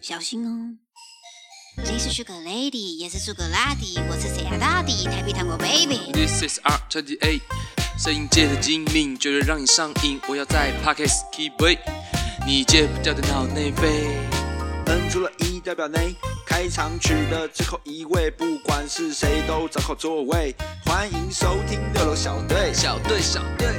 小心哦。你是 Sugar Lady，也是 Sugar 拉蒂，我是谁啊大迪，台北糖果 Baby。 This is R 2 8 A，摄影界的精明，绝对让你上瘾。我要在 Pockets keep it，你戒不掉的脑内啡。摁出了一代表内。开场曲的最后一位，不管是谁都找好座位。欢迎收听六楼小队。小队，小队。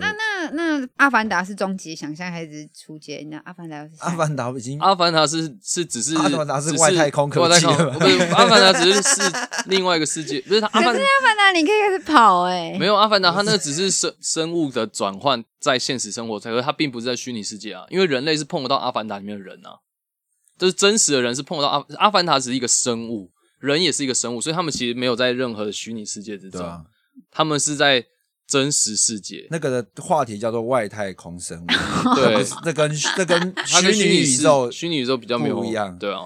那那那《阿凡达》是终极想象还是初阶？那《阿凡达》是阿凡达已经阿凡达是是只是阿凡达是只外太空科技外太空了吧不是阿凡达只是是另外一个世界，不是他阿可凡是阿凡达你可以开始跑哎、没有阿凡达，它那个只是生生物的转换在现实生活才，可是它并不是在虚拟世界啊，因为人类是碰不到阿凡达里面的人啊，就是真实的人是碰不到阿阿凡达只是一个生物，人也是一个生物，所以他们其实没有在任何的虚拟世界之对中，啊，他们是在真实世界。那个的话题叫做外太空生物， 对，这跟这跟它跟 虚拟宇世宙虚拟宇宙比较没有不一样对啊，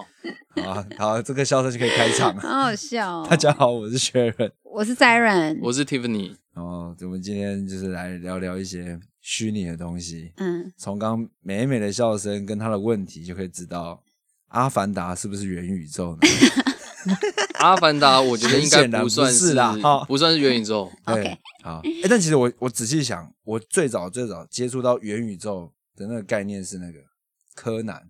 啊，好，这个笑声就可以开场。 好好笑、哦。大家好，我是 Sharon。我是 Siren，我是 Tiffany，然后我们今天就是来聊聊一些虚拟的东西。嗯，从刚美美的笑声跟她的问题，就可以知道阿凡达是不是元宇宙呢？阿凡达我觉得应该显然不算不 是啦哈不算是元宇宙，对 OK 好，哎、但其实我我仔细想，我最早最早接触到元宇宙的那个概念是那个柯南，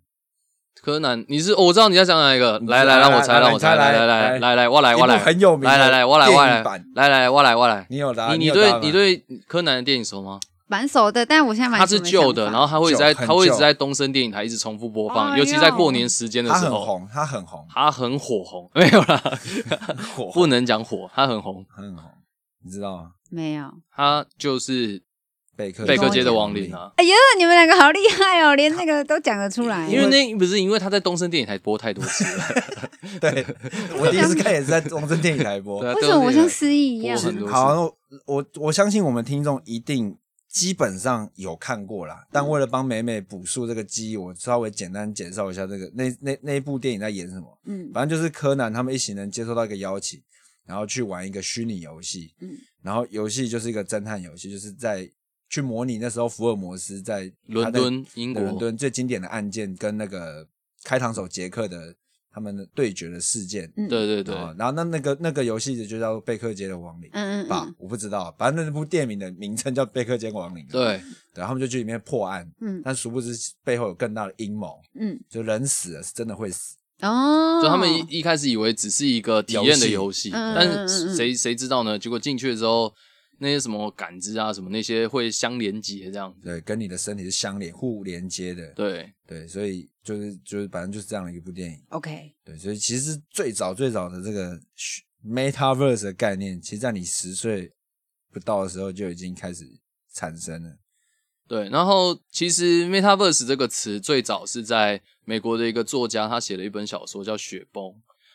柯南，你是、哦我知道你在讲哪一个，你来知来道让我来猜，来让来我猜猜，来来来来来来，我来一哎我来，部很有名的来来来，我来我电来影版，来来我来我来，你有答？你有答对吗你对柯南的电影熟吗？蛮熟的，但我现在蛮它是旧的，然后它会一直在旧很它会一直旧在东森电影台一直重复播放，哎尤呦其在过年时间的他时很候，红，他很红，它很火红，没有啦， 火 不能讲火，它很红，很红，你知道吗？没有。它就是贝克贝克街的亡亡灵灵，啊。哎呀，你们两个好厉害哦，连那个都讲得出来。因为那不是因为他在东森电影台播太多次 了，对我第一次看也是在东森电影台 播对。啊为什么我像失忆一播样？嗯很多次好，那我我我相信我们听众一定基本上有看过啦，嗯但为了帮美美补述这个记忆，我稍微简单介绍一下这个那那那一部电影在演什么。嗯反正就是柯南他们一行人接收到一个邀请，然后去玩一个虚拟游戏，嗯然后游戏就是一个侦探游戏，就是在去模拟那时候福尔摩斯在伦敦英英国伦敦最经典的案件跟那个开膛手杰克的他们的对决的事件。嗯对对对，啊然后那那个那个游戏就叫《贝克街的亡灵》嗯嗯吧，嗯我不知道，反正那部电影的名称叫《贝克街亡灵》。对，对，他们就去里面破案，嗯但殊不知背后有更大的阴谋，嗯就人死了是真的会死。哦，就他们一一开始以为只是一个体验的游戏，游戏嗯但是谁谁知道呢？结果进去之后，那些什么感知啊，什么那些会相连接这样。对，跟你的身体是相连、互连接的。对，对，所以就是就是，反正就是这样的一部电影。 OK，对，所以其实最早最早的这个虚 metaverse 的概念，其实在你十岁不到的时候就已经开始产生了。对，然后其实 metaverse 这个词最早是在美国的一个作家，他写了一本小说叫《雪崩》，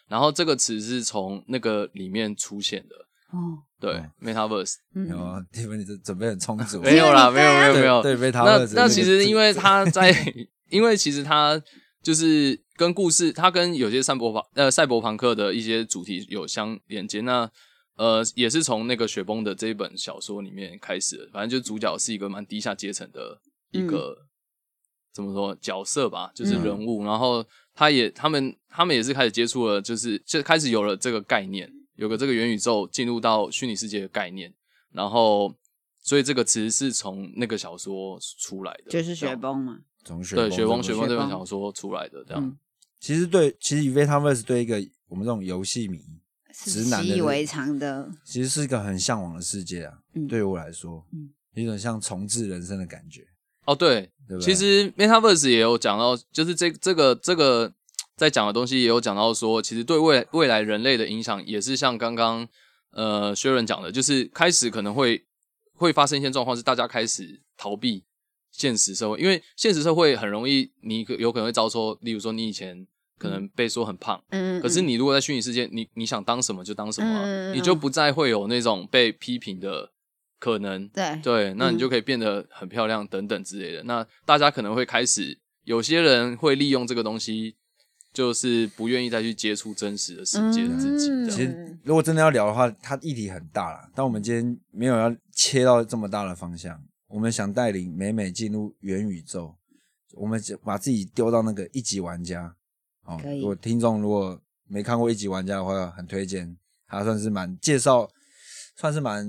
然后这个词是从那个里面出现的。哦，对、嗯 m e t a v e r s 嗯有 啊，蒂芬，你这准备很充足。 e 没有啦，没对啊有没有对没有，对 metaverse 那这个。那其实因为他在，因为其实他就是跟故事，他跟有些赛博朋呃赛博朋克的一些主题有相连接。那呃，也是从那个雪崩的这一本小说里面开始的，反正就主角是一个蛮低下阶层的一个、怎么说角色吧，就是嗯人物。然后他也他们他们也是开始接触了，就是就开始有了这个概念，有个这个元宇宙进入到虚拟世界的概念。然后，所以这个词是从那个小说出来的，就是这雪样。崩嘛，从雪对，雪崩雪雪崩这本雪崩小说出来的，这样、嗯，其实对，其实 metaverse 对一个我们这种游戏迷，是直男的习以为常的，其实是一个很向往的世界啊。嗯对我来说，嗯有一种像重置人生的感觉。哦，对，对不对其实 Metaverse 也有讲到，就是这这个这个在讲的东西也有讲到说，其实对未未来人类的影响也是像刚刚呃薛仁讲的，就是开始可能会会发生一些状况，是大家开始逃避现实社会，因为现实社会很容易你可有可能会遭受，例如说你以前可能被说很胖。嗯，嗯可是你如果在虚拟世界，你你想当什么就当什么啊、嗯嗯嗯你就不再会有那种被批评的可能。对对，那你嗯就可以变得很漂亮等等之类的。那大家可能会开始，有些人会利用这个东西，就是不愿意再去接触真实的世界的自己。嗯这其样实如果真的要聊的话，它议题很大啦，但我们今天没有要切到这么大的方向。我们想带领美美进入元宇宙，我们只把自己丢到那个一级玩家。哦可，以如果听众如果没看过一级玩家的话，很推荐，他算是蛮介绍，算是蛮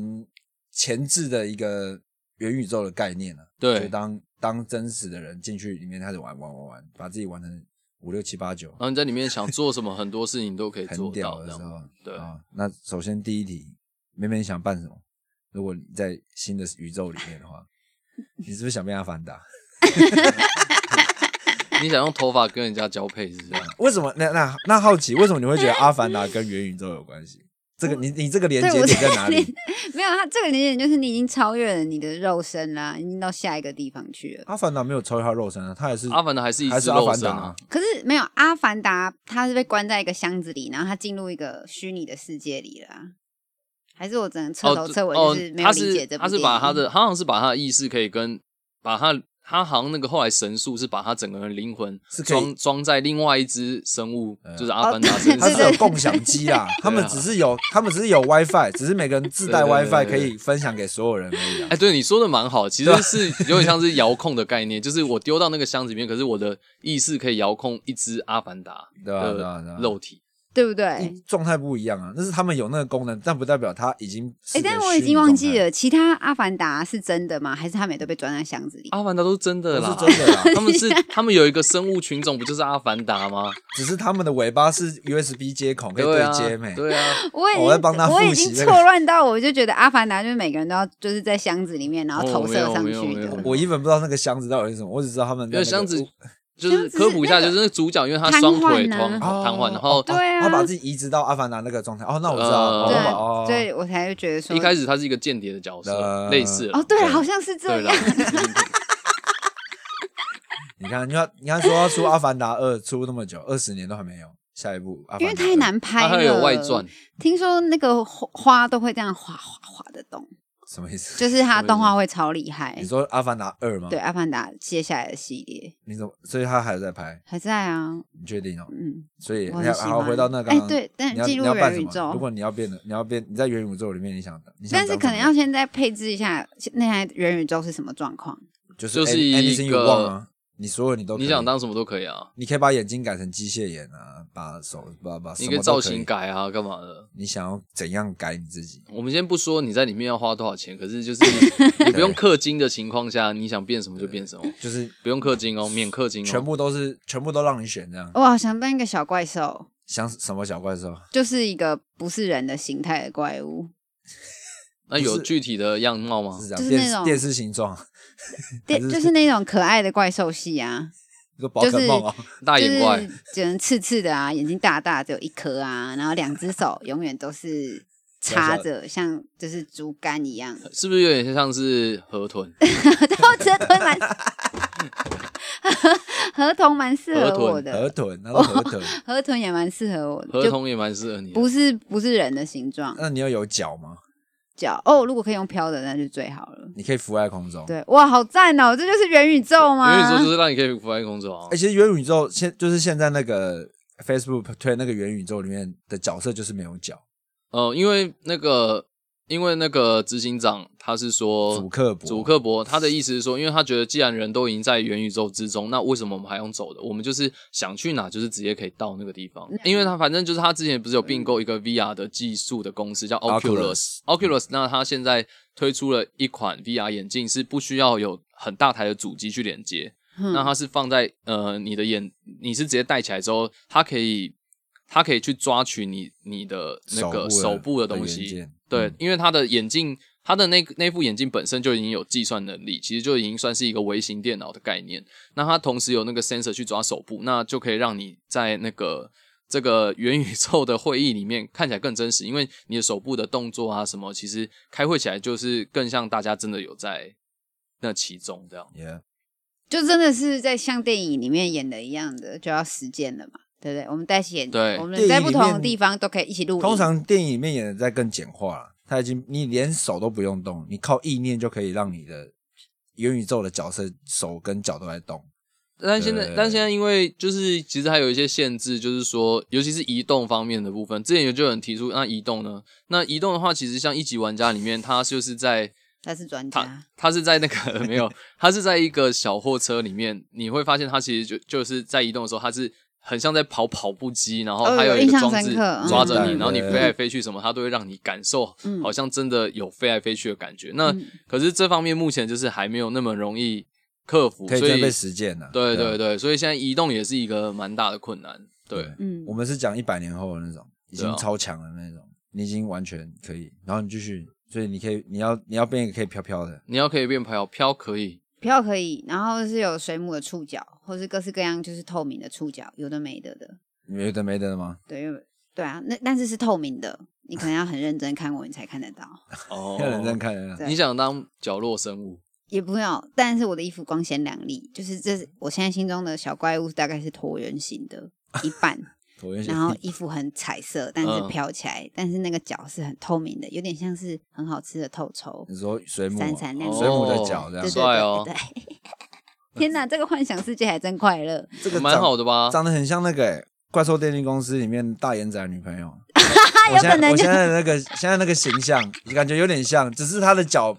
前置的一个元宇宙的概念了、对就当当真实的人进去里面开始玩玩玩玩，把自己玩成五六七八九然，后你在里面想做什么，很多事情都可以很做屌到，的这时样候。对啊，那首先第一题，妹妹你想办什么？如果你在新的宇宙里面的话，你是不是想变阿凡达？ 你想用头发跟人家交配是这 样？为什么？那那那好奇，为什么你会觉得阿凡达跟元宇宙有关系？这个你你这个连对接我点在哪里？没有，它这个年点就是你已经超越了你的肉身啦，已经到下一个地方去了。阿凡达没有超越他肉身啊，他也是阿凡达还是一还只是阿肉凡身达啊啊？可是没有阿凡达，他是被关在一个箱子里，然后他进入一个虚拟的世界里啦。还是我只能彻头这彻尾，哦就是没有他理解是这部他是电把影他的，他好像是把他的意识可以跟把他他好像那个后来神术是把他整个人灵魂是可以呃装装在另外一只生物，就是阿哦凡达对身他上。是有共享 机啊，他们只是有他们只是有 WiFi，只是每个人自带对对对 WiFi 对可以分享给所有人而已啊哎，。对你说的蛮好，其实是有点像是遥控的概念，就是我丢到那个箱子里面，可是我的意识可以遥控一只阿凡达对啊对啊对的啊肉体。对不对？哎、嗯状态不一样啊，那是他们有那个功能，但不代表他已经是个虚拟状态。但我已经忘记了，其他阿凡达是真的吗？还是他们也都被装在箱子里？啊阿凡达都是真的都啦，是真的啦，他们是他们有一个生物群种，不就是阿凡达吗？ 只是他们的尾巴是 USB 接孔可以对啊对接没？，对啊， 我已经我在帮他我已复习经这错个乱到，我就觉得阿凡达就是每个人都要就是在箱子里面，然后哦投没射有上没去有没有的。我一本不知道那个箱子到底是什么，我只知道他们因在为那个箱子屋就是科普一下，箱子是那个就是那个主角因为他双腿瘫瘫痪啊瘫痪，然后对啊他把自己移植到阿凡达那个状态。哦，那我知道，呃哦对啊、哦，所以我才会觉得说，一开始他是一个间谍的角色，呃类似啦哦，对了，对好像是这对啦样。，你看，你看，你看，说要出《阿凡达二》出那么久，二十年都还没有下一部，因为太。难拍 他了，还有外传，听说那个花花都会这样滑滑滑的动，什么意思？就是它动画会超厉害你。说《阿凡达二》吗？对，《啊阿凡达》接下来的系列你怎么？所以他还在拍，还在啊，你确定哦？嗯，所以我你很要喜然欢后回到那个，哎对但你要进入你要办什元宇宙么？如果你要变得，你要变，你在元宇宙里面，你想，你想但是当可能什要么先再配置一下那台元宇宙是什么状况。就是哎就是 any- 一 anything 个 you want 啊，你所有你都可以你想当什么都可以啊，你可以把眼睛改成机械眼啊，把手把把什你么可以都造型，改啊，干嘛的？你想要怎样改你自己？我们先不说你在里面要花多少钱，可是就是 你你不用氪金的情况下，你想变什么就变什么，就是不用氪金哦，免氪金哦，全部都是、全部都让你选这样，我好想当一个小怪兽，想什么小怪兽？就是一个不是人的形态的怪物，那有不是具体的样貌吗是？这样，就是那电种视电视形状， 对，就是那种可爱的怪兽系啊，一个宝可梦啊、大眼怪就，是只能刺刺的啊，眼睛大大，只有一颗啊，然后两只手永远都是插着，像就是竹竿一样。是不是有点像是河 豚？我觉得蛮合合同蛮适合我河的，豚，那是河豚。河豚也蛮适合我的，河就豚也蛮适合你的。不是不是人的形状那你要有脚吗？脚哦。如果可以用飘的，那就最好了。你可以浮在空中。，对，哇，好赞哦！这就是元宇宙吗？元宇宙就是让你可以腐败工作啊 哎、。其实元宇宙现就是现在那个 Facebook 推那个元宇宙里面的角色就是没有脚，呃，因为那个，因为那个执行长他是说祖克伯祖克伯他的意思是说，因为他觉得既然人都已经在元宇宙之中，那为什么我们还用走的？我们就是想去哪，就是直接可以到那个地方。因为他反正就是他之前不是有并购一个 VR 的技术的公司叫 Oculus，Oculus， Oculus 那他现在推出了一款 VR 眼镜，是不需要有很大台的主机去连接，嗯那它是放在呃你的眼，你是直接戴起来之后，它可以它可以去抓取你你的那个手手部部的的东的西元件，对，嗯因为它的眼镜，它的那那副眼镜本身就已经有计算能力，其实就已经算是一个微型电脑的概念。那它同时有那个 sensor 去抓手部，那就可以让你在那个这个元宇宙的会议里面看起来更真实，因为你的手部的动作啊什么，其实开会起来就是更像大家真的有在那其中这样。 ，yeah, 就真的是在像电影里面演的一样的，就要实践了嘛，对不对？我们戴起眼镜，对我们电影在不同里的面地方都可以一起录影。通常电影里面演的在更简化了，他已经你连手都不用动，你靠意念就可以让你的元宇宙的角色手跟脚都在动。但现在，对但现在因为就是其实还有一些限制，就是说，尤其是移动方面的部分，之前有就有人提出，那移动呢？那移动的话，其实像一级玩家里面，它就是在他是专他家，他是在那个 没有，他是在一个小货车里面，你会发现他其实就就是在移动的时候，他是很像在跑跑步机，然后哦还有有一印个象装深置刻抓嗯着你，对然后你对飞来飞去什么，它都会让你感受嗯好像真的有飞来飞去的感觉。那嗯可是这方面目前就是还没有那么容易克服，可以所真以被实践了。对啊对对，哦所以现在移动也是一个蛮大的困难。对，嗯我，们是讲一百年后的那种，已对经啊超强的那种，你已经完全可以，然后你继续，所以你可以，你要你要变一个可以飘飘的，你要可以变漂漂可以，票可以，然后是有水母的触角，或是各式各样就是透明的触角，有的没的的，有的没的吗？对，因为对啊，那但是是透明的，你可能要很认真看过，你才看得到。哦要认真看的 那对你想当角落生物，也不要，但是我的衣服光鲜亮丽，就是这是我现在心中的小怪物，大概是椭圆形的一 半，椭圆形然，后衣服很彩色，但是嗯飘起来，但是那个脚是很透明的，有点像是很好吃的透抽，你说水母啊，闪闪亮亮。水母的哦脚这样对对帅对哦对对。 天哪，这个幻想世界还真快乐！ 这个蛮长好的啊吧？长得很像那个、欸、怪兽电力公司里面大眼仔的女 朋友。啊，我有现在可能我就现在的那个现在那个形象，感觉有点像，只是他的脚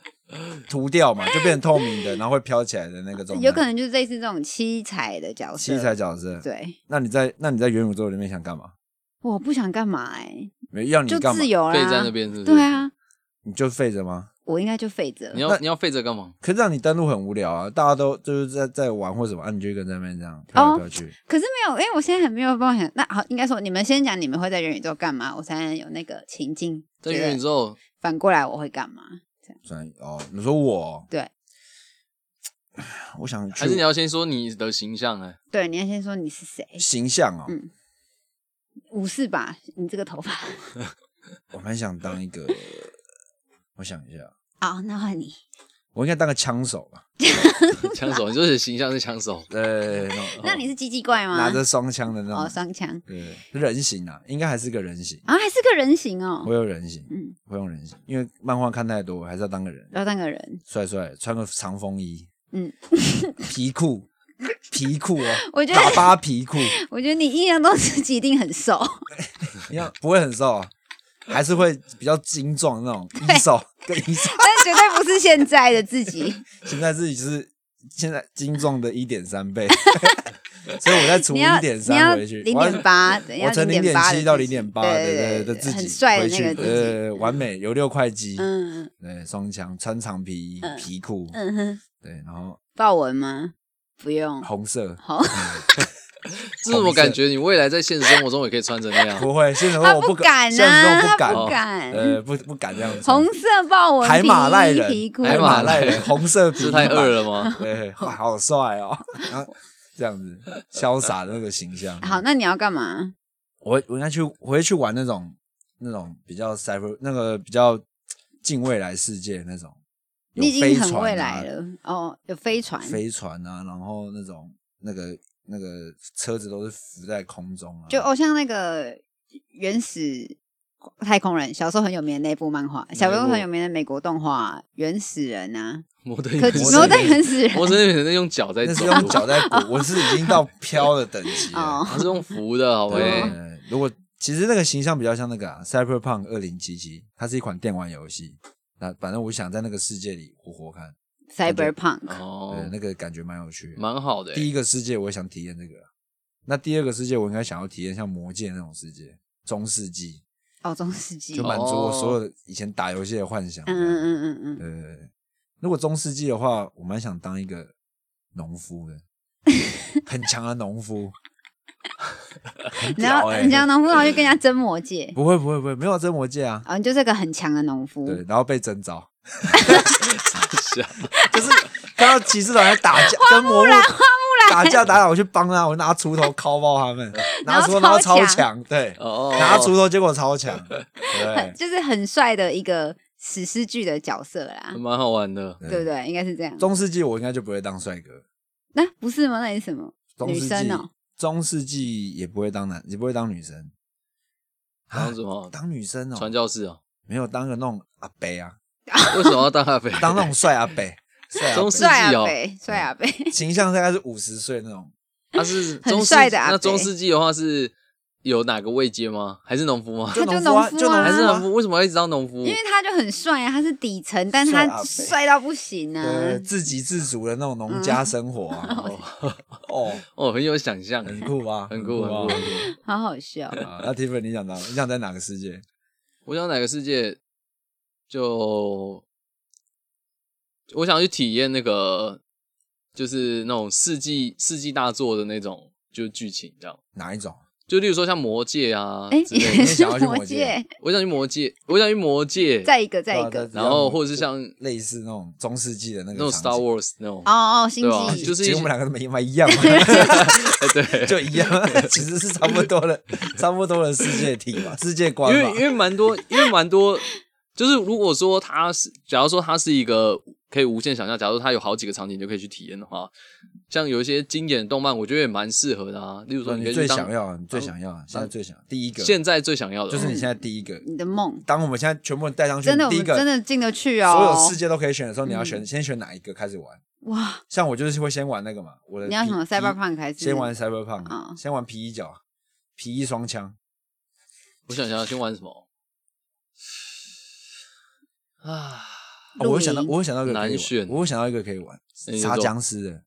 涂掉 嘛，就变成透明的，然后会飘起来的那个状态。有可能就是类似这种七彩的角色。七彩角色。对，那你在那你在元宇宙里面想干嘛？我不想干嘛哎，没要你就干嘛自？由啦。废在那边是不是？对，啊，你就废着吗？我应该就废着你。要你要废着干嘛？可是让你登录很无聊啊，大家都就是在在玩或什么，啊，你就一个人在那边这样飘来飘去。可是没有，因为我现在很没有办法想。那好，应该说你们先讲你们会在元宇宙干嘛，我才能有那个情境。在元宇，宙，反过来我会干嘛？算哦，你说我对，我想去还是你要先说你的形象 哎、对，你要先说你是谁，形象哦，嗯武士吧？你这个头发 我蛮想当一个，我想一下，好，那换你。我应该当个枪手吧？枪手，你就是形象是枪哦手，对，那种哦那你是鸡鸡怪吗？拿着啊双枪的那种哦，双枪对，人形啊，应该还是个人形。啊，还是个人形哦我。有人形，嗯，我用人形，因为漫画看太多，还是要当个人，要当个人，帅帅，穿个长风衣，嗯，皮裤，皮裤哦，我觉得喇叭皮裤，我觉得你印象中自己一定很瘦，你看不会很瘦啊，还是会比较精壮那种，一瘦跟一瘦，但绝对不是现在的自 己。现在自己就是现在精壮的一点三 倍，所以我再除你要一点你要三回去，零我要点八，对我要从零点点八七到零点八，对对对的自己很帅的回那去个自己。呃，完美有六块肌，嗯对，双枪穿长皮衣皮裤，嗯哼，对，然后豹纹吗？不用，红色。 好，这怎么感觉？你未来在现实生活中也可以穿成那 样，不会，现实中他我哦啊不敢，敢现实中啊，不他敢不，敢。呃，不不敢这样子。红色豹纹海马赖皮人，衣皮裤，海马赖人，红色皮是太饿了，了吗？对，哇，好帅哦， 然后这样子潇洒的那个形象。好，，那你要干嘛？我会我应该去，我会去玩那种那种比较 cyber 那个比较近未来世界那种，有你已经飞很船啊未来，了哦，有飞船，飞船啊，然后那种那个那个车子都是浮在空中啊，就哦，像那个原始太空人，小时候很有名的那部漫画，小时候很有名的美国动画《原始人》 啊，摩登科技 摩摩登登原始人摩登原始人用脚在那走是用路， 脚在鼓，我是已经 到飘的等级了。哦，他是用扶的，好对，啊呗。如果其实那个形象比较像那个、啊《Cyberpunk 二零七七》，它是一款电玩游戏。那反正我想在那个世界里活活看， Cyberpunk，对，哦，那个感觉蛮有趣的。蛮好的欸。第一个世界我也想体验这个，那第二个世界我应该想要体验像《魔戒》那种世界，中世纪，哦，中世纪，就嗯满足我所有以前打游戏的幻想。嗯嗯嗯嗯，呃，如果中世纪的话，我蛮想当一个农夫的，很强的农 夫。很你要屌欸你要农夫，然后去跟人家争魔戒，不会不会不会，没有真魔戒啊。啊，你就是个很强的农夫，对，然后被征召，是啊就是看到骑士团在打 架，跟魔物打架打打，我去帮他，我拿锄头敲爆他们，拿锄头 然后拿超超强强， 对，哦，拿锄头结果超强，对，就是很帅的一个史诗剧的角色啦，蛮好玩的。对不对？应该是这样，嗯中世纪我应该就不会当帅哥，那不是吗？那你什么？中女世生纪哦中世纪也不会当男，也不会当女生，当什么啊当女生传哦，教士啊？没有当个那种阿伯啊，为什么要当咖啡？当那种帅阿伯，帅阿伯中世纪帅哦啊北，嗯帅啊 北，形象大概是五十岁那种， 他是很中世帅的阿伯那中世纪的话是一有哪个位阶吗？还是农夫吗？他就农夫啊，农夫就啊还是农农夫啊夫？为什么要一直当农夫？因为他就很帅啊，他是底层，但帅他阿北帅到不行啊对，。自给自足的那种农家生活嗯啊，哦，哦，很有想象，很酷吧？ 很酷，很吧酷，很酷。好好笑。啊那 Tiffany 你想当，你想在哪个世界？我想哪个世界，就我想去体验那个，就是那种世纪世纪大作的那种，就是剧情这样。哪一种？就例如说像《魔戒》啊哎，之类也的，你是想要 去魔魔戒戒，我想去《魔戒》，我想去《魔戒》，再一个，再啊对啊一个对。啊然后或者是像类似那种中世纪的那那种个场 Star 景 Wars 那种，哦哦，星对啊际就是一其些实我们两个都没蛮一 样嘛，哎 对，就一样，其实是差不 多的，差不多的世界体嘛，世界观因为嘛因。为蛮多，因为蛮多，就是如果说它是，假如说它是一个可以无限想象，假如说它有好几个场景你就可以去体验的话，像有一些经典的动漫，我觉得也蛮适合的啊。例如说，你可以最去当想要，你最想要，现在最想第一个，现在最想要的，就是你现在第一个。你的梦，当我们现在全部人带上去，真的我第一们个真的进得去所有哦。嗯世界都可以选的时候，你要选先选哪一个开始玩？哇，像我就是会先玩那个嘛，我的你要什么皮 Cyberpunk 还是先玩啊 Cyberpunk，先玩皮衣角，皮衣双枪，我想想先玩什么啊？ 哦我有想到，露营我有想到一个可以玩难选我有想到一个可以玩那你就杀做僵尸的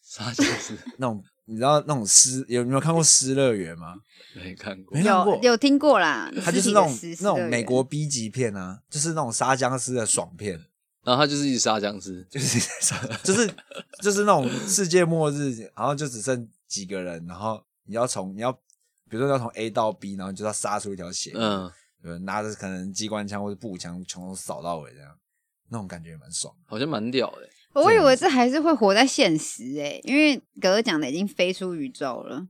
啥僵尸那种，你知道那种尸有没有看过《失乐园》吗？没看过没？看过有，有听过啦，它就是尸体那的种尸那种美国 B 级片啊，就是那种杀僵尸的爽片，然后他就是一直杀僵尸，就是 就是就是那种世界末日，然后就只剩几个人，然后你要从你要比如说要从 A 到 B，然后你就要杀出一条血，嗯，有人拿着可能机关枪或者步枪从头扫到尾这样，那种感觉也蛮爽。好像蛮屌的。我以为这还是会活在现实诶、因为格尔讲的已经飞出宇宙了。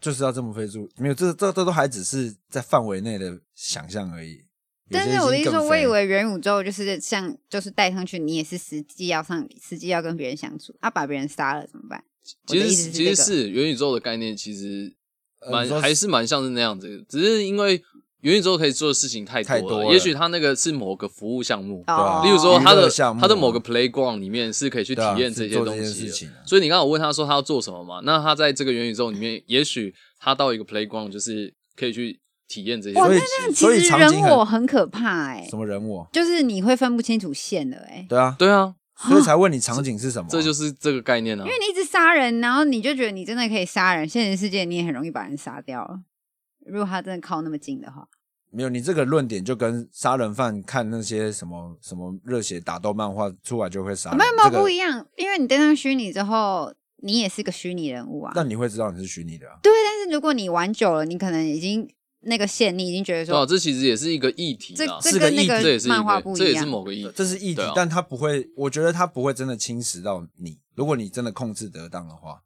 就是要这么飞出，没有这这这都还只是在范围内的想象而已。有但些是我的意已思经说，更我以飞了为元宇宙就是像就是带上去，你也是实际要上，实际要跟别人相处，啊，把别人杀了怎么办？我其的实意思是其实这个哦是元宇宙的概念，其实呃蛮你说还是蛮像是那样子的，只是因为元宇宙可以做的事情太多太多了也许它那个是某个服务项目，啊哦，例如说它娱乐的项目啊它的某个 playground 里面是可以去体对啊验是这些做东这件西事的。情啊所以你刚刚我问他说他要做什么嘛？那他在这个元宇宙里面，也许他到一个 playground 就是可以去体验这些哇，东那所西。以所以那哦样其实场人景很我很可怕诶、什么人我？就是你会分不清楚线的欸诶、对啊，对啊，所以才问你场景是什么啊、这就是这个概念啊。因为你一直杀人，然后你就觉得你真的可以杀人，现实世界你也很容易把人杀掉了。如果他真的靠那么近的话，没有你这个论点就跟杀人犯看那些什么什么热血打斗漫画出来就会杀人，没有没有啊这个不一样，因为你登上虚拟之后，你也是个虚拟人物啊。但你会知道你是虚拟的、啊，对，但是如果你玩久了，你可能已经那个线，你已经觉得对啊，说，这其实也是一个议题这啊，是这个跟那议题这也是一漫画个不，这一也是样。某个议题。这是议题，对啊但他不会，我觉得他不会真的侵蚀到你，如果你真的控制得当的话，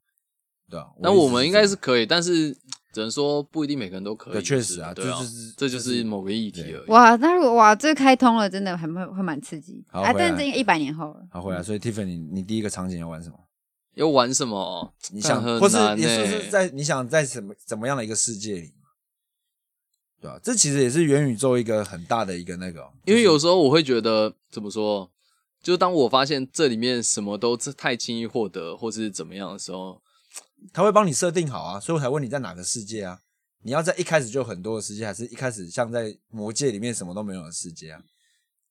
对啊。那的意思我们应该这是样可以，但是只能说不一定每个人都可以。对确实啊对啊这就是，这就是某个议题对而已。哇，那如果哇，这开通了，真的很会会蛮刺激好啊！回但来这一百年后了，好回来，所以 Tiffany，你第一个场景要玩什么？要玩什么？你想，很或是难你是不欸是在你想在什么怎么样的一个世界里嘛？对啊，这其实也是元宇宙一个很大的一个那个哦、因为就是有时候我会觉得怎么说，就当我发现这里面什么都太轻易获得，或是怎么样的时候，他会帮你设定好啊，所以我才问你在哪个世界啊？你要在一开始就有很多的世界，还是一开始像在魔界里面什么都没有的世界啊？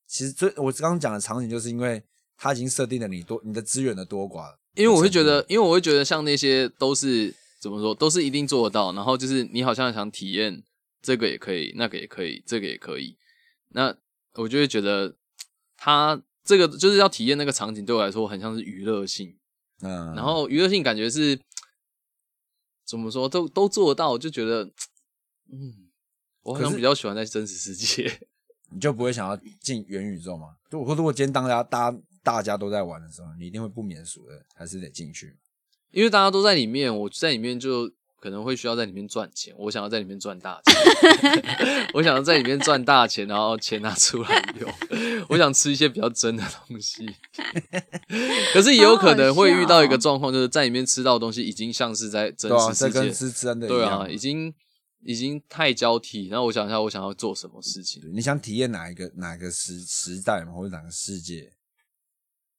其实最我刚刚讲的场景，就是因为他已经设定了你多你的资源的多寡了，因为我会觉很得，因为我会觉得像那些都是怎么说，都是一定做得到，然后就是你好像想体验这个也可以，那个也可以，这个也可以，那我就会觉得它这个就是要体验那个场景，对我来说很像是娱乐性，嗯，然后娱乐性感觉是怎么说，都都做得到，就觉得嗯，我好可像是比较喜欢在真实世界。 你就不会想要进元宇宙嘛？如果如果今天大家大家大家都在玩的时候，你一定会不免俗的，还是得进去。因为大家都在里面，我在里面就可能会需要在里面赚钱，我想要在里面赚大钱， 我想要在里面赚大钱，然后钱拿出来用，我想吃一些比较真的东西。 可是也有可能会遇到一个状况，就是在里面吃到的东西已经像是在真哦对啊，实这世跟界，是真的一对样啊，已经已经太交替。然后我想一下，我想要做什么事情？你想体验哪一个哪个时时代嘛，或者哪个世界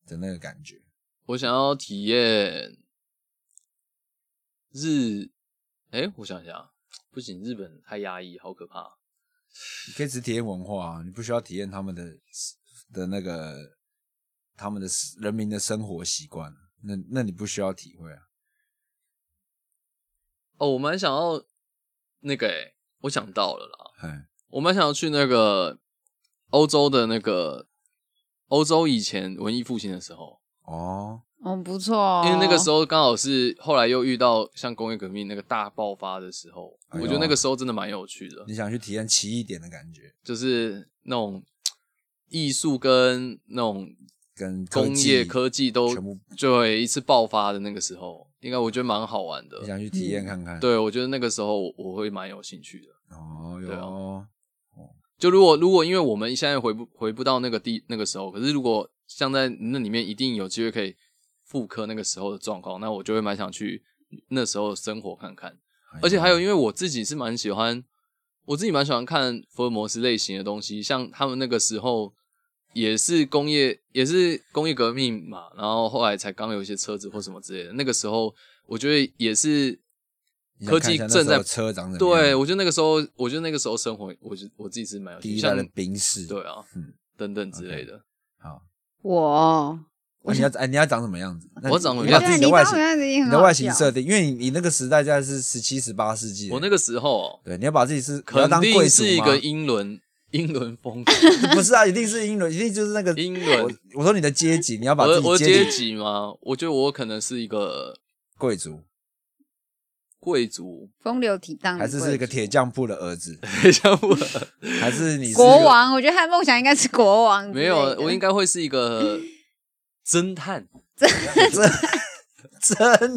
的那个感觉？我想要体验日，哎、我想一下，不行，日本太压抑，好可怕。你可以只体验文化啊，你不需要体验他们的的那个他们的人民的生活习惯，那那你不需要体会啊。哦，我蛮想要那个、欸，我想到了啦，哎，我蛮想要去那个欧洲的那个欧洲以前文艺复兴的时候，哦，哦，不错哦，因为那个时候刚好是后来又遇到像工业革命那个大爆发的时候，哎呦我觉得那个时候真的蛮有趣的，你想去体验奇异点的感觉，就是那种艺术跟那种跟科工业技科技都全部对一次爆发的那个时候，应该我觉得蛮好玩的你。想去体验看看。，嗯对，我觉得那个时候我我会蛮有兴趣的。哦对啊哟，就如果如果因为我们现在回不回不到那个地那个时候，可是如果像在那里面一定有机会可以复刻那个时候的状况，那我就会蛮想去那时候的生活看看。哎呦而且还有，因为我自己是蛮喜欢，我自己蛮喜欢看福尔摩斯类型的东西，像他们那个时候也是工业，也是工业革命嘛，然后后来才刚有一些车子或什么之类的。那个时候，我觉得也是你想科看一技下那正时在候的车长怎么样对，我觉得那个时候，我觉得那个时候生活，我觉得我自己是蛮有第趣，一代的像冰室，对啊，嗯等等之类的。好，我哦那你要哎你要长什么样子？那我长什么你要样自己对的你外长什么样子也形，很你的好啊外形笑设定，因为你你那个时代大概是十七、十八世纪。我那个时候哦对，你要把自己是你要肯当定贵族是一吗个英伦英伦 风格，不是啊，一定是英伦，一定就是那个英伦我我说你的阶级，你要把我自的我己的阶阶级级吗？我觉得我可能是一个贵族，贵族， 风流倜傥的还是贵是一个族铁匠铺的儿子，像我还是你是一个国？王？我觉得他的梦想应该是国王之类的。没有，我应该会是一个侦 探。侦探，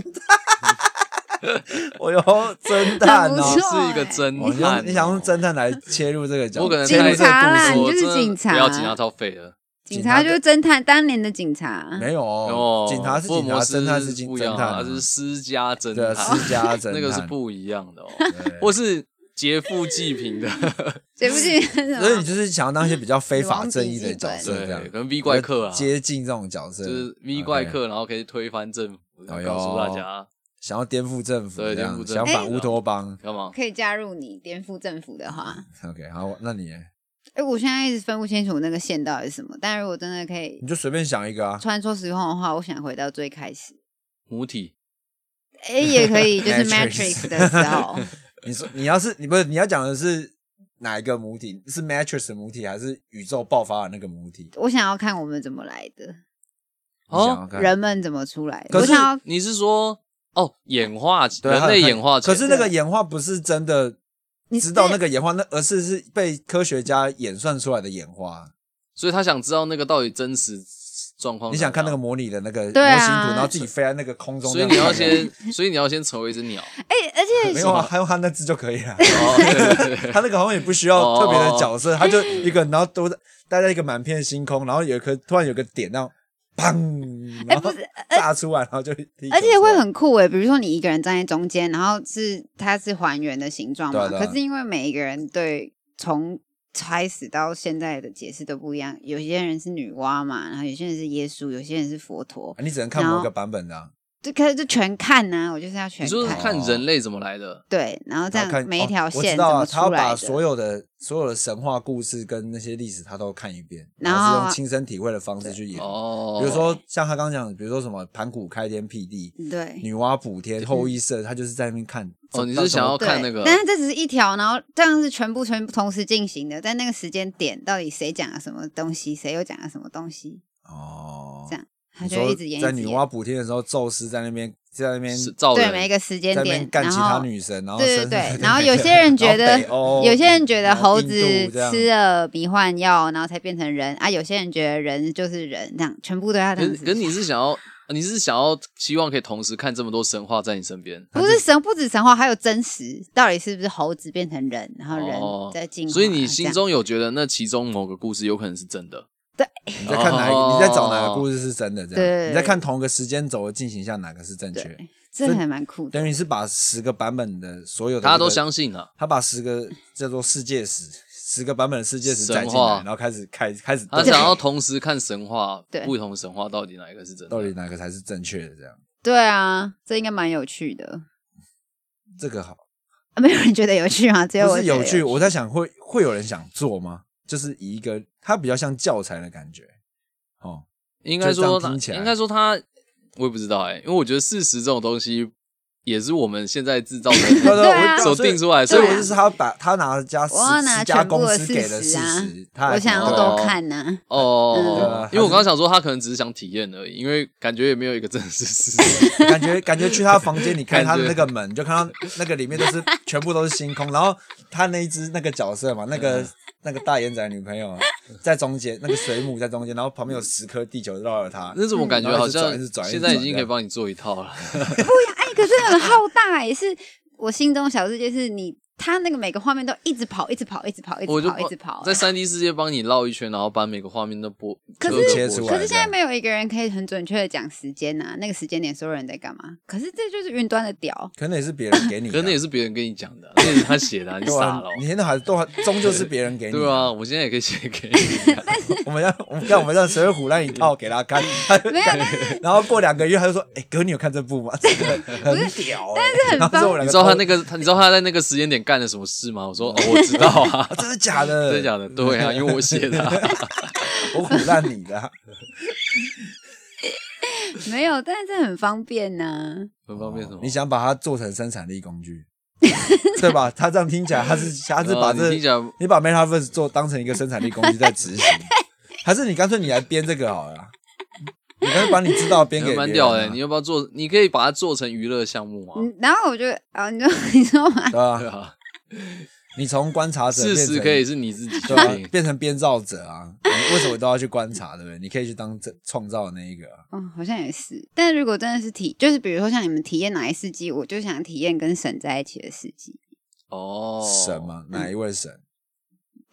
我有侦探很不哦。错是一个欸侦哦你探用你想用侦探来切入这个角度，我可能切入太这个 警察啦故你事就我真是的警察不要啊警察套费了。警察就是侦探，当年的警察。没有哦哦，，警察是福尔警察，摩斯侦探是警不一侦样探啊，啊，他是私家侦对啊探，私家侦探，那个是不一样的哦， 对或是劫富济贫的， 对不起，什所以你么就是想要当一些比较非死法亡正笔义的记角本色，对这样，可能 V 怪客啊，接近这种角色，就是 V 怪 OK 客，然后可以推翻政府，然哎呦后告诉大家想要颠覆政府对这样，颠覆政想府反乌托邦。干嘛？ 可以加入你颠覆政府的话？ OK，好，那你耶哎，我现在一直分不清楚那个线到底是什么，但如果真的可以你就随便想一个啊，穿梭时空的话，我想回到最开始。母体哎，也可以，就是 Matrix Matrix 的时候，你说你要是你不是你要讲的是哪一个母体？是 Matrix 的母体还是宇宙爆发的那个母体？我想要看我们怎么来的，你想要哦，看人们怎么出来的。啊可我是想要你是说哦演化对人啊类演化可前？是那个演化不是真的你知道是那个演化，那而是是被科学家演算出来的演化。所以他想知道那个到底真实状况。你想看那个？模拟的那个模型图，对啊然后自己飞在那个空中所这以样你看要的，先，所以你要先成为一只 鸟。哎，而且没有啊，还用他那只就可 以了。哦，对对 对，他那个好像也不需哦要特别的角色，他就一个，然后都在待在一个满片星空，然后有一颗突然有个点，然后砰，哎然后炸出来，然后就呃而且会很酷诶，比如说你一个人站在中间，然后是它是还原的形状对嘛，啊对啊可是因为每一个人对从开始到现在的解释都不一样，有些人是女娲嘛，然后有些人是耶稣，有些人是佛陀，你只能看某个版本的啊，就可是就全看呢、我就是要全你说是看，哦看人类怎么来的？对，然后这然后样看每一条哦我线知怎道啊么他要出来把的，所有的所有的神话故事跟那些历史他都看一遍，然后后是用亲身体会的方式去演。哦，比如说像他刚刚讲的，比如说什么盘古开天辟地，对。女娲补天，后羿射，他就是在那边看。哦，你是想要对看那个？但是这只是一条，然后这样是全部全部同时进行的，在那个时间点，到底谁讲了什么东西，谁又讲了什么东西，哦这，样他你就说一直演，在一直女演娲补天的时候，宙斯在那边在那边是造对人每一个时间在那点边，干然其他后女神，然后对对生对，出然后那有个些人觉然得后北欧，有些人觉得哦然后猴印子度这样吃了迷幻药，然后才变成人啊，有些人觉得人就是人，这样全部都要这可样是子可是你是想要，你是想要希望可以同时看这么多神话在你身边，不是神，不止神话，还有真实，到底是不是猴子变成人，然后哦人在进化、所以你这心样中有觉得那其中某个故事有可能是真的？你在看哪一个？哦你在找哪个故事是真的？这对样你在看同个时间轴的进行下哪个是正确？哦对，这所以还蛮酷的。等于是把十个版本的所有的大家都这个相信啊了，他把十个叫做世界史，十个版本的世界史神载进话来，然后开始开开始他对想要同时看神话对，不同神话到底哪一个是真到底的？哪个才是正确的？这样对啊，这应该蛮有趣的。这个好啊没有人觉得有趣吗？只有不我是觉得有趣，我在想会会有人想做吗？就是以一个它比较像教材的感觉， 哦，应该说就这他，样听起来应该说他，我也不知道哎、因为我觉得事实这种东西也是我们现在制造对的 对啊我所定出来，所所以以我我就是他把他拿加十我要拿十家全部公的司事给的实事啊实，他我还想要对多看啊呢、哦嗯，因为我刚刚想说他可能只是想体验而已，因为感觉也没有一个真实事实。感觉感觉去他房间，你开他的那感觉个门，你就看到那个里面都是全部都是星空，然后他那一只那个角色嘛，那个嗯那个大眼仔女朋友啊在中间，那个水母在中间，然后旁边有十颗地球绕着他， 那怎么感觉然后好嗯一直像转一直转一直现在已转经这可以样帮你做一套了？哎、可是很浩大、也是我心中小世界是你，他那个每个画面都一直跑，一直跑，一直跑，一我直就跑，一直跑、在哎三 D 世界帮你绕一圈，然后把每个画面都播，可是各个切播出来可是现在没有一个人可以很准确的讲时间呐、那个时间点所有人在干嘛？可是这就是云端的屌，可能也是别人给你的可是那也是别人跟你讲的啊，那也是他写的啊，你 对傻啊了哦。，你现在还都还终究是别人给你的对啊，，我现在也可以写给 你啊。我们让我们让我们让谁会虎烂一套给他看，他 就 没有看然后过两个月他就说，哎哥你有看这部吗？ 这个很屌欸，但是然很后之后我们棒。你两个知道他偷那个，他你知道他在那个时间点干了什么事吗？我说哦，我知道啊 啊，真的假的？真的假的？对啊，因为我写的啊。 我虎烂你 的啊。没有，但是很方便呐、很方便什么？你想把它做成生产力工具，对吧？他这样听起来，他是他是把啊这你听起来你把 MetaVerse 做当成一个生产力工具在 执行，还是你干脆你来编这个好了啊？你干脆把你知道 编给别人啊蛮屌的，你要不要做？你可以把它做成娱乐项目啊，嗯，然后我就啊，你说 你说嘛， 对吧对？啊，你从观察者事变成实可以是你自己决对啊吧定？。 变成编造者啊？你为什么都要去观察，对不对？你可以去当这创造的那一个啊。嗯，好像也是。但如果真的是体，就是比如说像你们体验哪一司机，我就想体验跟神在一起的司机，哦，神？嘛，哪一位神？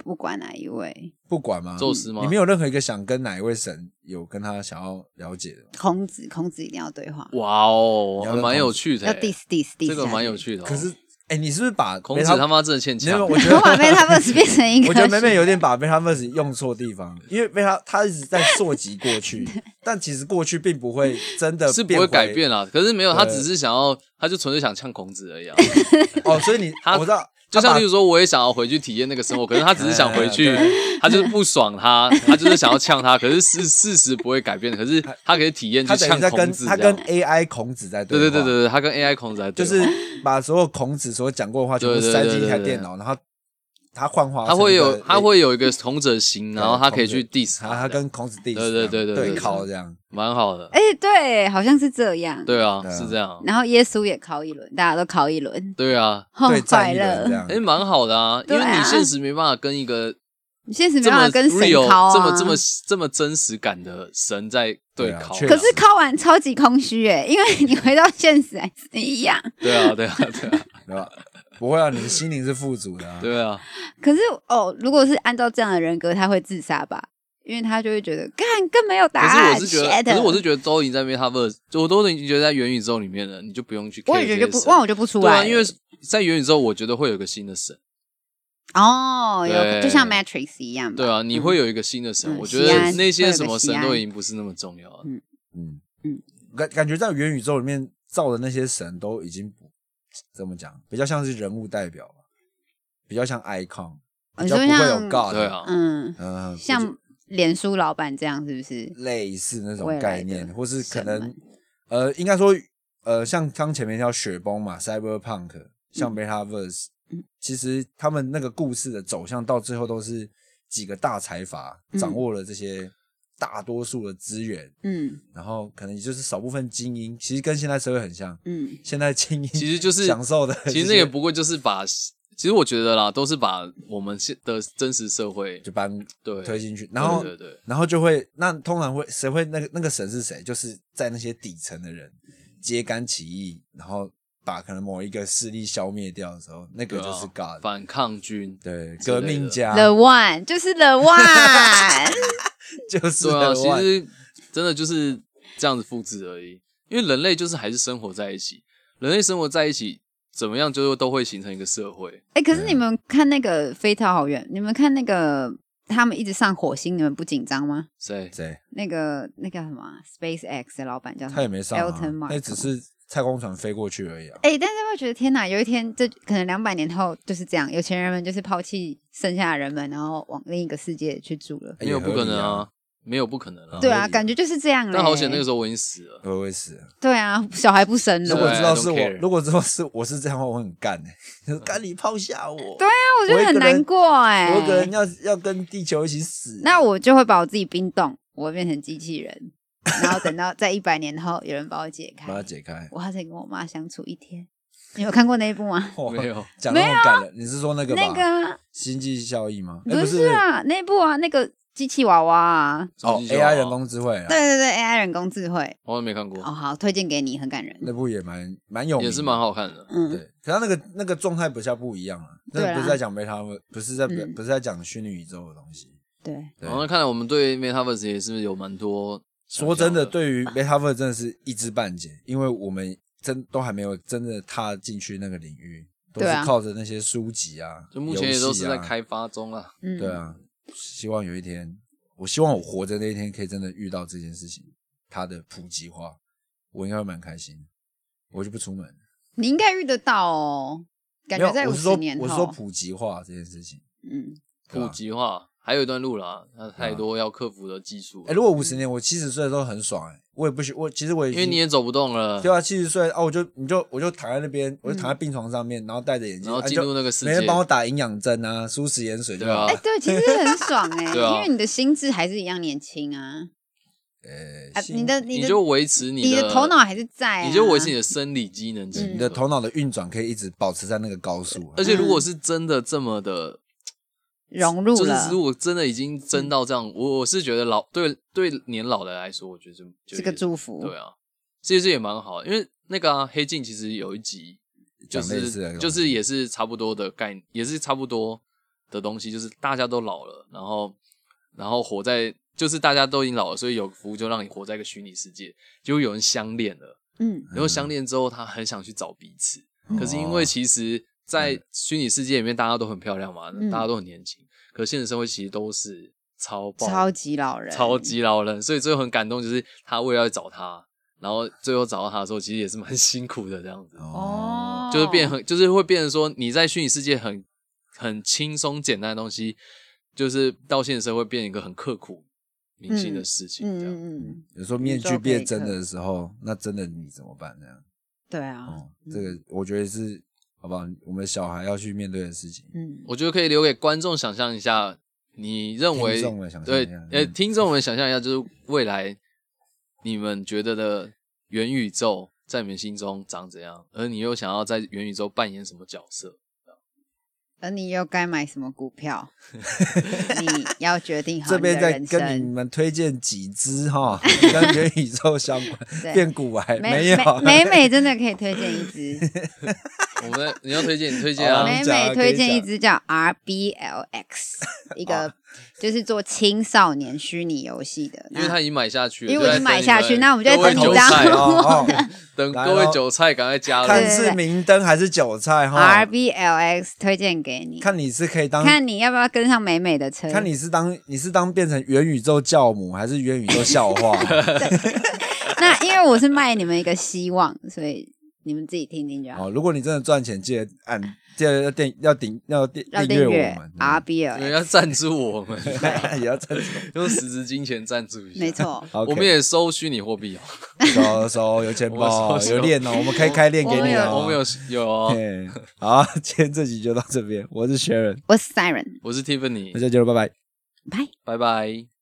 不管哪一位，不管吗？宙斯吗你没有任何一个想跟哪一位神有跟他想要了解哦的吗？孔子，孔子一定要对话，哇哦，你要还跟蛮有趣的要欸， diss diss diss，这个蛮有趣。趣的哦。可是，哎，你是不是把孔子 Meta- 他妈真的欠没有，呛，我觉 我把得。贝塔 v e r s 变成一个，我觉得美美有点把 MetaVerse 用错地方，因为 Meta 它一直在溯及 过去，但其实过去并不会真的是不变会回改变啦。可是没有，他对只是想要，他就纯粹想呛孔子而已啊。哦，所以你它我知道，就它像把例如说，我也想要回去体验那个生活，可是他只是想回去哎对，他就是不爽他，他就是想要呛他。可是事事实不会改变的，可是他可以体验去它等呛于在孔跟子它这样跟。AI 孔子在对对对话对对，对，他跟 AI 孔子来对哦就话是 把所有孔子所讲过的话全部对对对塞进一台对对电脑，然后他幻化他成一个，会有他会有一个同者心，对然后他可以去孔子 diss 他，他他这样，跟孔子对 diss，对对对对对对考这样，蛮好的。哎、对，好像是这样。对啊，对啊是这样，然后耶稣也考一轮，大家都考一轮，哦对啊，好对战快一轮这乐。样哎，，蛮好的啊，因对为啊你现实没办法跟一个你现实没这办么法跟神 real、考啊，这么这么这么真实感的神在对对啊考，确实可是考完超级空虚哎，因为你回到现实还是一样。对啊，对啊，对啊，对吧？不会啊，你的心灵是富足的啊，对 啊，可是哦，如果是按照这样的人格，他会自杀吧？因为他就会觉得干更没有答可是案。我是觉得， shit 可是我是觉得都已经在 Metaverse，就我都已经觉得在元宇宙里面了，你就不用去 care 我这也些觉神。得就不，那我就不出对来啊，了。因为在元宇宙，我觉得会有一个新的神。哦，有对就像 Matrix 一样吧。对啊，你嗯会有一个新的神。嗯我觉得西安那会些有什个么西神都安已经不是那么重要了。嗯嗯嗯嗯，感感觉在元宇宙里面造的那些神都已经不怎么讲，比较像是人物代表吧，比较像 icon，哦比你较说不会有像 god，对，啊，嗯，嗯，我觉得像脸书老板这样是不是？类似那未来种的概念，或是可神们能呃，应该说呃，像刚前面叫雪崩嘛，cyberpunk，像 metaverse，、嗯其实他们那个故事的走向到最后都是几个大财阀嗯掌握了这些大多数的资源。嗯然后可能也就是少部分精英，其实跟现在社会很像。嗯，现在精英其实就是享受的，其实那个不过就是把，其实我觉得啦，都是把我们现的真实社会就搬对推进去，然后对对对然后就会那通常会谁会那个那个神是谁？就是在那些底层的人揭竿起义，然后把可能某一个势力消灭掉的时候，那个对啊就是 God，反抗 军，对之类的革命家 The One 就 是 The One，就是对啊， The 其 One 实真的就是这样子复制而已。因为人类就是还是生活在一起，人类生活在一起怎么样，就都会形成一个社会。哎、可是嗯你们看那个飞逃好远，你们看那个他们一直上火星，你们不紧张吗？谁？谁那个那个什么啊 SpaceX 的老板叫什么他也没上、啊 Elton，Mark，那只是太空船飞过去而已啊。哎、但是会觉得天哪，有一天这可能两百年后就是这样，有钱人们就是抛弃剩下的人们，然后往另一个世界去住了。没有不可能也合理啊，没有不可能啊。对合啊，理感觉就是这样。但好险那个时时候我已经死了。我会死。候，对啊，小孩不生如了。果对知道是 I 我 don't，care 如果知道是我是这样的话，我很干哎、就是干你抛下我，对啊，我觉得很难过哎、我可能要要跟地球一起死。那我就会把我自己冰冻，我会变成机器人，然后等到在一百年后有人把我解开把，它解开。我还得跟我妈相处一天。你有看过那一部吗？哇没有，哦讲那么感人，你是说 那个吧？那个啊星际效益吗？哎不是是啊，那部啊，那个机器娃娃啊，哦手机就好啊，AI 人工智慧啊，对对对，AI 人工智慧我也没看过，哦，好，推荐给你，很感人。那部也蛮蛮有名，也是蛮。好看的。嗯，对，可他那个那个状态比较不一样啊，对啊那不是在讲 Meta，不是在嗯不是在讲虚拟宇宙的东西。对，对然后哦看来我们对 Metaverse 也是有蛮多说真的，想象对于 Metaverse 真的是一知半解，因为我们真都还没有真的踏进去那个领域，都是对啊靠着那些书籍啊，就目前也游戏都是在啊开发中啊。嗯，对，啊，希望有一天，我希望我活着那一天可以真的遇到这件事情，它的普及化，我应该会蛮开心的。我就不出门了，你应该遇得到哦，感没觉有在我五是十说年后，我是说普及化这件事情。嗯，对啊普及化还有一段路啦，那太多要克服的技术哎、。如果五嗯十年我七十岁的时候很爽、哎，我也不许我其实我也因为你也走不动了，对啊，七十岁啊，我就你就我就躺在那边，我就嗯躺在病床上面，然后戴着眼镜，然后啊进就入那个世每天界帮我打营养针啊，舒适盐水就好。对哎、啊对，其实很爽哎、对啊因为你的心智还是一样年轻啊，啊呃，，心你的你你的就维持你的头脑还是在、啊，你就维持你的生理机能嗯基本嗯你的头脑的运转可以一直保持在那个高速啊、而且如果是真的这么的，融嗯入就是了嗯如果真的已经真到这样，我我是觉得老对对年老的来说，我觉得就这个祝福，对啊，其实也蛮好，因为那个、啊、黑镜其实有一集就讲类似的是东西就是也是差不多的概念，也是差不多的东西，就是大家都老了，然后然后活在就是大家都已经老了，所以有服务就让你活在一个虚拟世界，结果有人相恋了，嗯，然后相恋之后他很想去找彼此，嗯可是因为其实，在虚拟世界里面大家都很漂亮嘛，嗯大家都很年轻，可现实社会其实都是超爆超级老人，超级老人，所以最后很感动，就是他为了要找他，然后最后找到他的时候，其实也是蛮 辛苦的这样子，哦，哦，就是变很，就是会变成说你在虚拟世界很很轻松简单的东西，就是到现实社会变一个很刻苦铭心的事情，嗯这样。嗯嗯，有时候面具变真的的时候，那真的你怎么办？那样对啊，哦，这个我觉得是好不好？我们小孩要去面对的事情。嗯，我觉得可以留给观众想象一下，你认为听众们想象一对下呃，嗯听众们想象一下，就是未来你们觉得的元宇宙在你们心中长怎样，而你又想要在元宇宙扮演什么角色？而你又该买什么股票？ 你要决定好这你的边再人跟你生，们推荐几支 哈，跟元宇宙相关，对变古癌美没有？ 美美美真的可以推荐一支，我们你要推荐，你推荐啊好 啊！美你讲啊美推可以荐一讲支叫 RBLX，一个就是做青少年虚拟游戏的。因为他那已经买下去了，啊因为我已经就在等买下去你们那我们就在各位等你韭这样菜哦哦，等来各位咯韭菜赶快加入。看是明灯还是韭菜哈？ RBLX 推荐给你，哦看你是可以当，看你要不要跟上美美的车。看你是当你是当变成元宇宙教母还是元宇宙笑 话？那因为我是卖你们一个希望，所以你们自己听听就好。哦，如果你真的赚钱，记得按记得要订要订要订要订阅订我们，阅人 RBLX，家赞助我们， 嗯 也要赞助。用实质金钱赞助一下。没，错。 OK 我们也收虚拟货币哦。 收收有钱我包们收收有练哦， 我们可以开练给我们你有哦。我们有有哦，嘿好，今天这集就到这边，我是 Sharon，我是 Siren，我是 Tiffany，大家就拜拜。拜。拜拜。